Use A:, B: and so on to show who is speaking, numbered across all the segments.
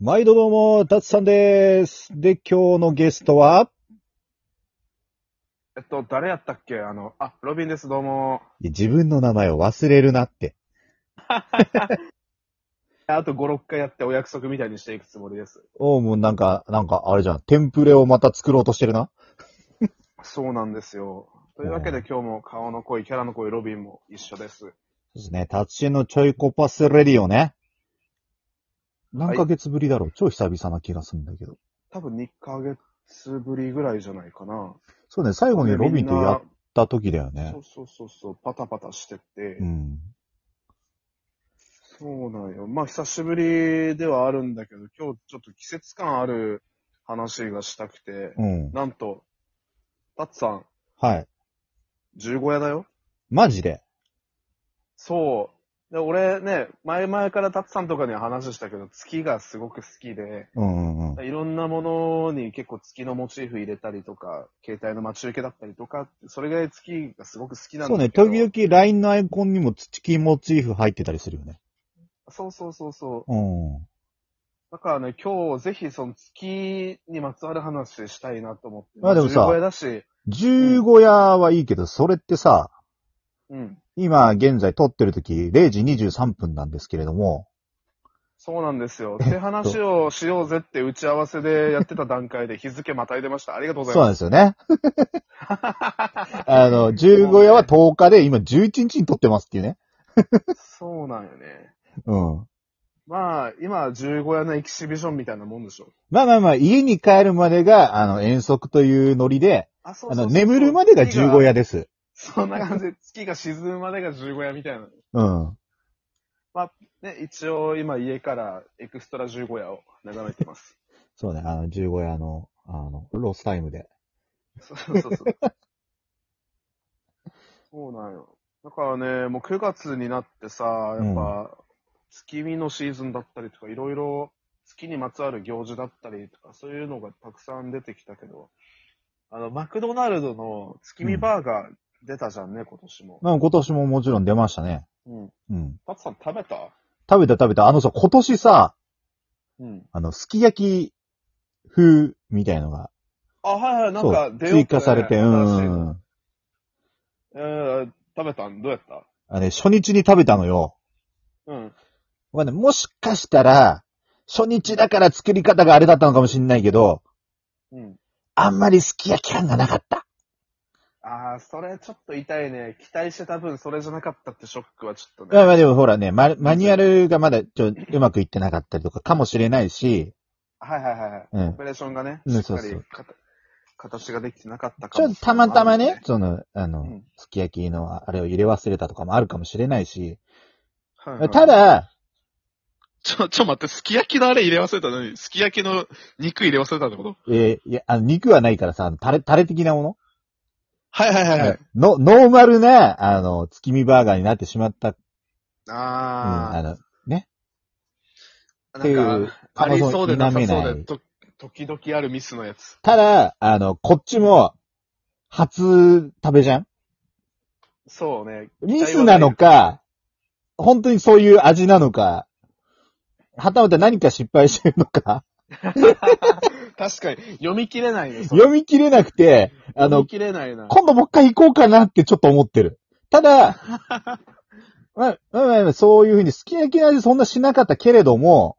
A: 毎度どうも、たつさんです。で、今日のゲストは、
B: えっと、誰やったっけあの、あ、ロビンです、どうも。
A: いや自分の名前を忘れるなって。
B: あと5、6回やってお約束みたいにしていくつもりです。
A: おう、もうなんか、なんか、あれじゃん。テンプレをまた作ろうとしてるな。
B: そうなんですよ。というわけで今日も顔の濃い、キャラの濃いロビンも一緒です。
A: そうですね。達人のちょいコパスレディオね。何ヶ月ぶりだろう、超久々な気がするんだけど。
B: 多分2ヶ月ぶりぐらいじゃないかな。
A: そうね、最後にロビンとやっ
B: で
A: た時だよ
B: みん
A: ね
B: なそ。うそうそうそう、パタパタしてて。
A: うん。
B: そうなんよ。まあ、久しぶりではあるんだけど、今日ちょっと季節感ある話がしたくて、
A: うん。
B: なんと、タッツさん、
A: はい。
B: 15夜だよ。
A: マジで。
B: そう。で、俺ね、前々からタツさんとかには話したけど、月がすごく好きで、
A: うんうんうん。
B: いろんなものに結構月のモチーフ入れたりとか、携帯の待ち受けだったりとか、それぐらい月がすごく好きなん
A: そう
B: だ
A: ね、
B: けど。
A: 時々 LINE のアイコンにも土木モチーフ入ってたりするよね。
B: そうそうそうそう。
A: うん。
B: だからね、今日ぜひその月にまつわる話したいなと思って。
A: まあでもさ
B: 十五夜だし、
A: 15夜はいいけど、それってさ、
B: うん。
A: 今現在撮ってる時0時23分なんですけれども、
B: そうなんですよ。って話をしようぜって打ち合わせでやってた段階で日付またいでました。ありがとう
A: そ
B: ござ
A: う
B: いま
A: なん
B: す。
A: ですよ ね。あの、15夜は10日で今11日に撮ってますっていうね。
B: そうなんよね。
A: うん。
B: まあ、今、15夜のエキシビションみたいなもんでしょ。
A: まあまあまあ、家に帰るまでが、あの、遠足というノリで、
B: あ、そ
A: あの、眠るまでが15。夜です。
B: 月そんな感じで、月が沈むまでが15夜みたいな。
A: うん。
B: ね、一応、今、家からエクストラ15夜を眺めてます。
A: そうね、あの、15夜の、あの、ロスタイムで。
B: そうそうそう。そうなんよ。だからね、もう9月になってさ、やっぱ、月見のシーズンだったりとか、いろいろ月にまつわる行事だったりとか、そういうのがたくさん出てきたけど、あの、マクドナルドの月見バーガー出たじゃんね、今年も。
A: まあ今年ももちろん出ましたね。
B: うん。
A: うん。
B: タツさん食べた
A: 食べた食べた。あのさ、今年さ、
B: うん。
A: あの、すき焼き風みたいのが、
B: あ、はいはい、なん
A: そ
B: か
A: う、
B: 出よう
A: 追加されて、う
B: 新しい
A: ん
B: の。えー、食べたんどうやった
A: あれ、初日に食べたのよ。
B: うん。
A: まあね、もしかしたら、初日だから作り方があれだったのかもしんないけど、
B: うん。
A: あんまりすき焼き感がなかった。
B: ああ、それちょっと痛いね。期待してた分、それじゃなかったってショックはちょっ
A: ま
B: と
A: あ
B: ね。
A: まあでもほらね、ママニュアルがまだちょ、うまくいってなかったりとかかもしれないし、
B: はいはいはいはい。
A: う
B: オ
A: ん。
B: ペレーションがね、
A: うん
B: しっか
A: そうそ
B: り
A: う
B: かた形ができてなかったか
A: ち
B: も
A: ょ、たまたまね、。その、あ
B: う
A: の
B: ん、
A: すき焼きのあれを入れ忘れたとかもあるかもしれないし、
B: はいはい
A: た、だ、
B: ちょ、ちょ待って、すき焼きのあれ入れ忘れたのに、すき焼きの肉入れ忘れたってこと
A: えーいや、あの、肉はないからさ、あのタレ、タレ的なもの
B: はいはいは
A: の、ノーマルな、あの、月見バーガーになってしまった。うん、あ
B: あ
A: の、ね。
B: あ、
A: ってい
B: なん
A: う
B: か、ありそうでな
A: 可能性を否め
B: さそう
A: な
B: で、
A: い
B: と、時々あるミスのやつ。
A: ただ、あの、こっちも、初食べじゃん
B: そうね。
A: ミスなのか、本当にそういう味なのか、はたまた何か失敗してるのか、
B: 確かに、読み切れないね。それ
A: 読み切れなくて、あ
B: 読
A: の
B: み、切れないな。
A: 今度もう一回行こうかなってちょっと思ってる。ただ、まあ、まあまあまあそういうふうに、すき焼きの味そんなしなかったけれども、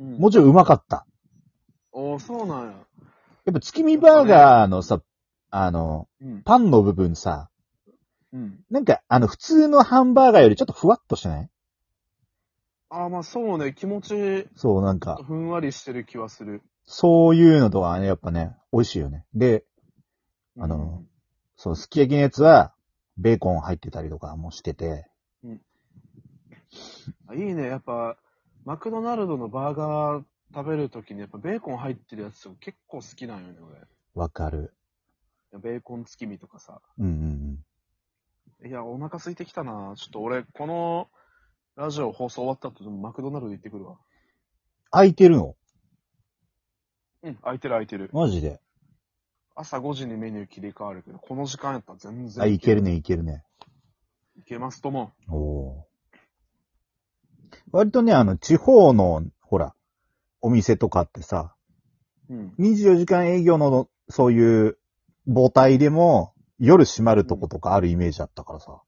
B: うん
A: もちろんうまかった。
B: おーそうなんや。
A: やっぱ月見バーガーのさ、あの、
B: うん。
A: パンの部分さ、
B: うん。
A: なんか、あの、普通のハンバーガーよりちょっとふわっとしてない
B: あーまあそうね。気持ち、
A: そう、なんか、
B: ふんわりしてる気はする。
A: そういうのとはね、やっぱね、美味しいよね。で、あのそう、すき焼きのやつは、ベーコン入ってたりとかもしてて、
B: うん、あいいね。やっぱ、マクドナルドのバーガー食べるときに、やっぱベーコン入ってるやつ結構好きなんよね、
A: わかる。
B: 俺。ベーコン月見とかさ。
A: うんうん
B: いや、お腹空いてきたな。ちょっと俺、この、ラジオ放送終わった後でもマクドナルド行ってくるわ。
A: 空いてるの
B: うん、空いてる空いてる。
A: マジで。
B: 朝5時にメニュー切り替わるけど、この時間やったら全然。
A: あ、いける。ね、いけるね。
B: いけますとも。
A: おー割とね、あの、地方の、ほら、お店とかってさ、
B: うん。
A: 24時間営業の、そういう、母体でも、夜閉まるとことかあるイメージあったからさ。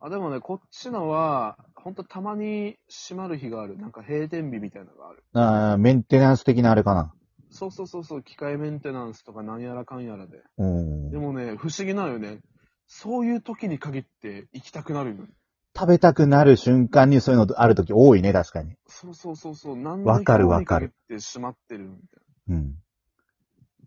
B: あ、でもね、こっちのは、ほんとたまに閉まる日がある。なんか閉店日みたいなのがある。
A: あーメンテナンス的なあれかな。
B: そうそうそうそう、機械メンテナンスとか何やらかんやらで。
A: うん
B: で。もね、不思議なのよね。そういう時に限って行きたくなるのよ。
A: 食べたくなる瞬間にそういうのあるとき多いね、確かに。
B: そうそうそうそう。何
A: わかるわかる。
B: ってしまってるみたい
A: うん。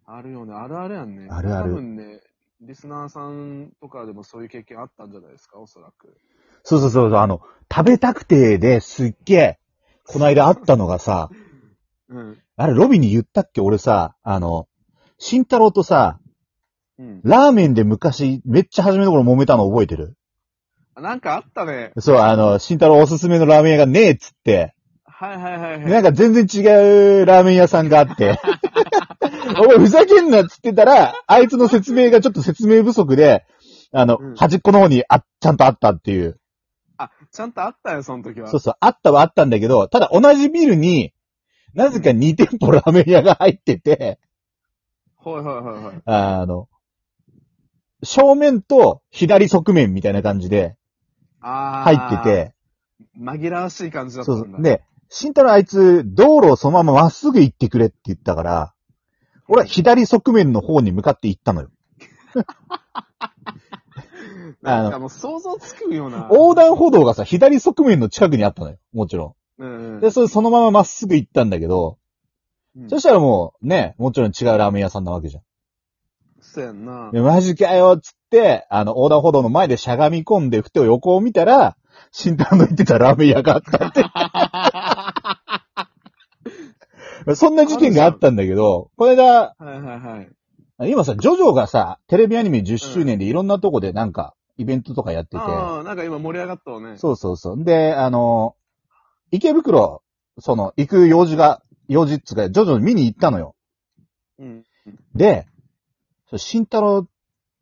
B: な。あるよね。あるあるやんね。
A: あるある
B: 多分ね、リスナーさんとかでもそういう経験あったんじゃないですか、おそらく。
A: そうそうそうそう、あの、食べたくてですっげえ、この間あったのがさ、
B: うん。
A: あれ、ロビーに言ったっけ俺さ、あの、慎太郎とさ、
B: うん。
A: ラーメンで昔、めっちゃ初めの頃揉めたの覚えてる
B: あなんかあったね。
A: そう、あの、慎太郎おすすめのラーメン屋がねえっつって、
B: はいはいはいはい。
A: なんか全然違うラーメン屋さんがあって、 お前ふざけんなっつってたら、あいつの説明がちょっと説明不足で、あの、
B: うん
A: 端っこの方にあ、ちゃんとあったっていう。
B: あ、ちゃんとあったよ、その時は。
A: そうそう、あったはあったんだけど、ただ同じビルに、なぜか2店舗ラーメン屋が入ってて、
B: はいはいはいはい。
A: あの、正面と左側面みたいな感じで
B: あ
A: 入
B: ー
A: って。て、
B: 紛らわしい感じだった
A: そ
B: ん
A: う
B: だ。
A: そう。で、慎太郎あいつ、道路をそのまままっすぐ行ってくれって言ったから、俺は左側面の方に向かって行ったのよ。
B: なんかもう想像つくような。
A: 横断歩道がさ、左側面の近くにあったのよ。もちろ。
B: うんうんん
A: で、それそのまままっすぐ行ったんだけど、
B: うん
A: そしたらもう、ね、もちろん違うラーメン屋さんなわけじゃん。
B: そうやんな。
A: でマジかよっつって、あの、横断歩道の前でしゃがみ込んで、ふと横を見たら、慎太郎の言ってたラーメン屋があったって。 そんな事件があったんだけど、これが、
B: はいはいはい。
A: 今さ、ジョジョがさ、テレビアニメ10周年でいろんなとこでなんか、イベントとかやってて、
B: ああ、なんか今盛り上がったわね。
A: そうそうそう。で、あの、池袋、その、行く用事が、用事っつうか、ジョジョ見に行ったのよ。
B: うん。
A: で、そう慎太郎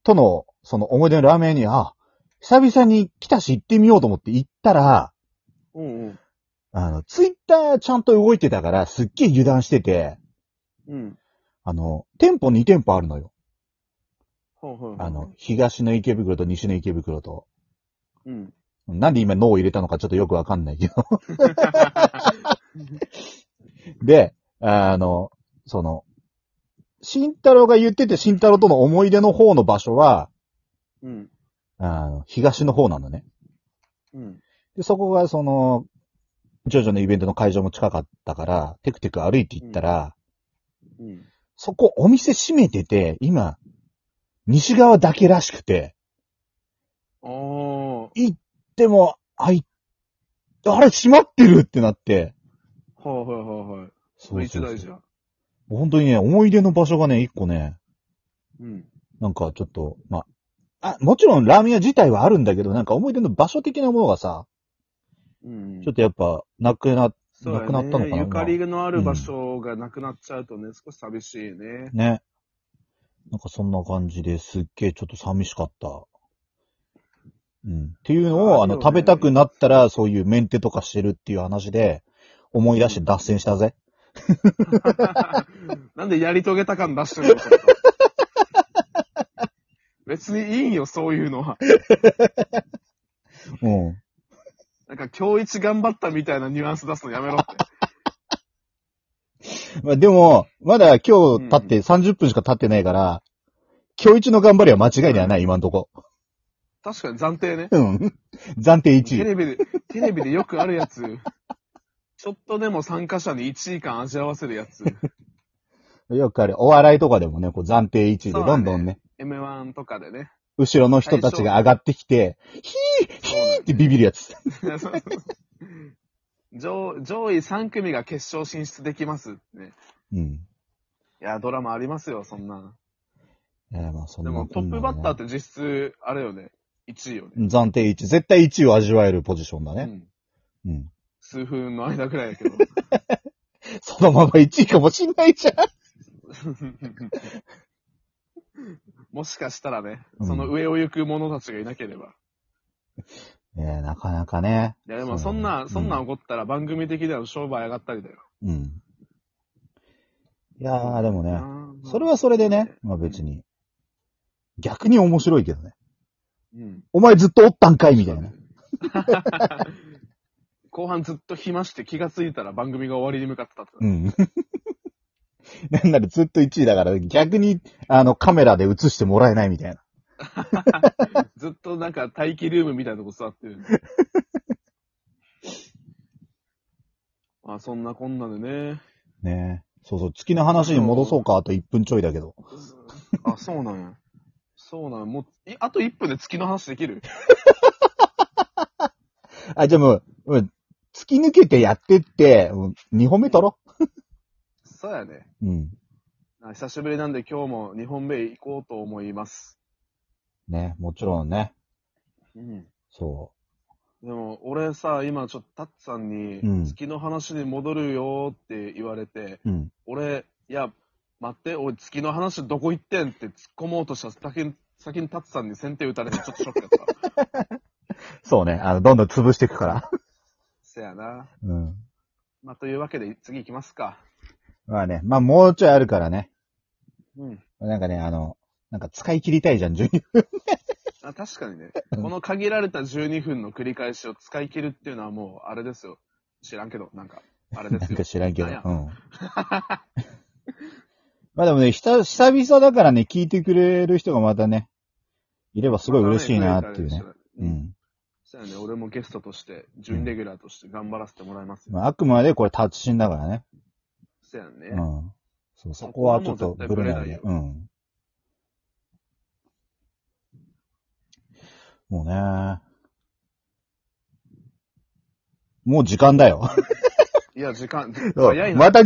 A: との、その思い出のラーメン屋に、あ、久々に来たし行ってみようと思って行ったら、
B: うんうん。
A: あの、ツイッターちゃんと動いてたから、すっげえ油断してて、
B: うん。
A: あの、店舗2店舗あるのよ。
B: ほうほうほう
A: あの、、東の池袋と西の池袋と。
B: うん。
A: なんで今脳を入れたのかちょっとよくわかんないけど。で、あの、その、慎太郎が言ってて慎太郎との思い出の方の場所は、
B: うん。
A: あの、東の方なのね。
B: うん。
A: で、そこがその、ジョジョのイベントの会場も近かったから、テクテク歩いて行ったら、
B: うん。
A: そこお店閉めてて、今、西側だけらしくて、
B: おー。
A: でも、あい、あれ閉まってるってなって、
B: ほうほうほうほう。
A: そ
B: それ一
A: そうそ
B: 大事
A: う
B: だ。
A: 本当にね、思い出の場所がね、一個ね、
B: うん。
A: なんかちょっと、まあ、あ、もちろんラーメン屋自体はあるんだけど、なんか思い出の場所的なものがさ、
B: うん。
A: ちょっとやっぱ、なくな、
B: そうや
A: な
B: ね
A: くなったのかな
B: ゆかりのある場所がなくなっちゃうとね、少し寂しいね。
A: ね。なんかそんな感じですっげえちょっと寂しかった。うん。っていうのを、あ
B: ある
A: の、
B: よね
A: 食べたくなったら、そういうメンテとかしてるっていう話で、思い出して脱線したぜ。
B: なんでやり遂げた感出してるのちょっと別にいいよ、そういうのは。
A: うん。
B: なんか今日一頑張ったみたいなニュアンス出すのやめろって。
A: まあ、でも、まだ今日経って30分しか経ってないから、今日一の頑張りは間違いではない、今んとこ。
B: 確かに暫定ね。
A: うん。暫定1位
B: テ。レビで、テレビでよくあるやつ。 ちょっとでも参加者に1位間味合わせるやつ。
A: よくある。お笑いとかでもね、こう暫定1位で
B: そうだね
A: どんどんね、
B: M1 とかでね。
A: 後ろの人たちが上がってきて、ヒーヒーってビビるやつ。
B: 上上位3組が決勝進出できます、ね。
A: うん。
B: いや、ドラマありますよ、そんな。
A: えーまあそん
B: で
A: な
B: もトップバッターっ
A: こ
B: て実質、あれよね。1位よね。
A: んなのね暫定1位。絶対1位を味わえるポジションだ
B: う
A: ね。
B: ん。
A: うん。
B: 数分の間くらい だけど。
A: そのまま1位かもしんないじゃん。
B: もしかしたらね、
A: うん
B: その上を行く者たちがいなければ。
A: えーなかなかね。
B: いや、でもそんな、
A: そ
B: そ
A: うん
B: な
A: だね
B: ん起こったら番組的では商売上がったりだよ。
A: うん。いやー、でもね、
B: あー
A: それはそれでね、まあ別に。逆に面白いけどね。
B: うん。
A: お前ずっとおったんかいみたいな。
B: 後半ずっと暇して気がついたら番組が終わりに向かってたと か。
A: うん。なんならずっと1位だから、逆に、あの、カメラで映してもらえないみたいな。
B: ずっとなんか待機ルームみたいなとこ 座ってる。まあそんなこんなでね。
A: ねえ。そうそう、月の話に戻そうか、あと1分ちょいだけど。
B: あ、そうなんや。そうなんや。もう、いあと1分で月の話できる
A: あ、じゃあもう、うん突き抜けてやってって、2本目取ろ
B: そうやね。
A: う。うん。
B: あ久しぶりなんで今日も2本目行こうと思います。
A: ね、もちろんね。
B: うん。
A: そ
B: でも、俺さ、今ちょっとタッツさんに
A: うん、
B: 月の話に戻るよって言われて、
A: う。うん。
B: 俺、いや、待って、俺、月の話どこ行ってんって突っ込もうとした先に、先に立つさんに先手打たれてちょっとショック やった。
A: そうね、あの、どんどん潰していくから。
B: せやな。
A: うん。
B: まあ、というわけで、次行きますか。
A: まあね、まあもうちょいあるからね。
B: うん。
A: なんかね、あの、なんか使い切りたいじゃん、12分。
B: あ確かにね、この限られた12分の繰り返しを使い切るっていうのはもう、あれですよ。知らんけど、なんか、あ れで
A: な
B: す
A: ん
B: よ
A: か。知らんけど。うん
B: なんや。
A: まあでもね、ひた、久々だからね、聞いてくれる人がまたね、いればすごい嬉しいなっていうね。。う。ん。
B: そうやね、俺もゲストとして、準レギュラーとして頑張らせてもらいますよ。
A: まあ、あくまでこれ達人だからね。
B: せやね。
A: うん。そう、そこはちょっとブレないで。
B: ここ
A: うん。もうね。もう時間だよ。
B: いや、時間、
A: そう
B: 早い な。
A: また次回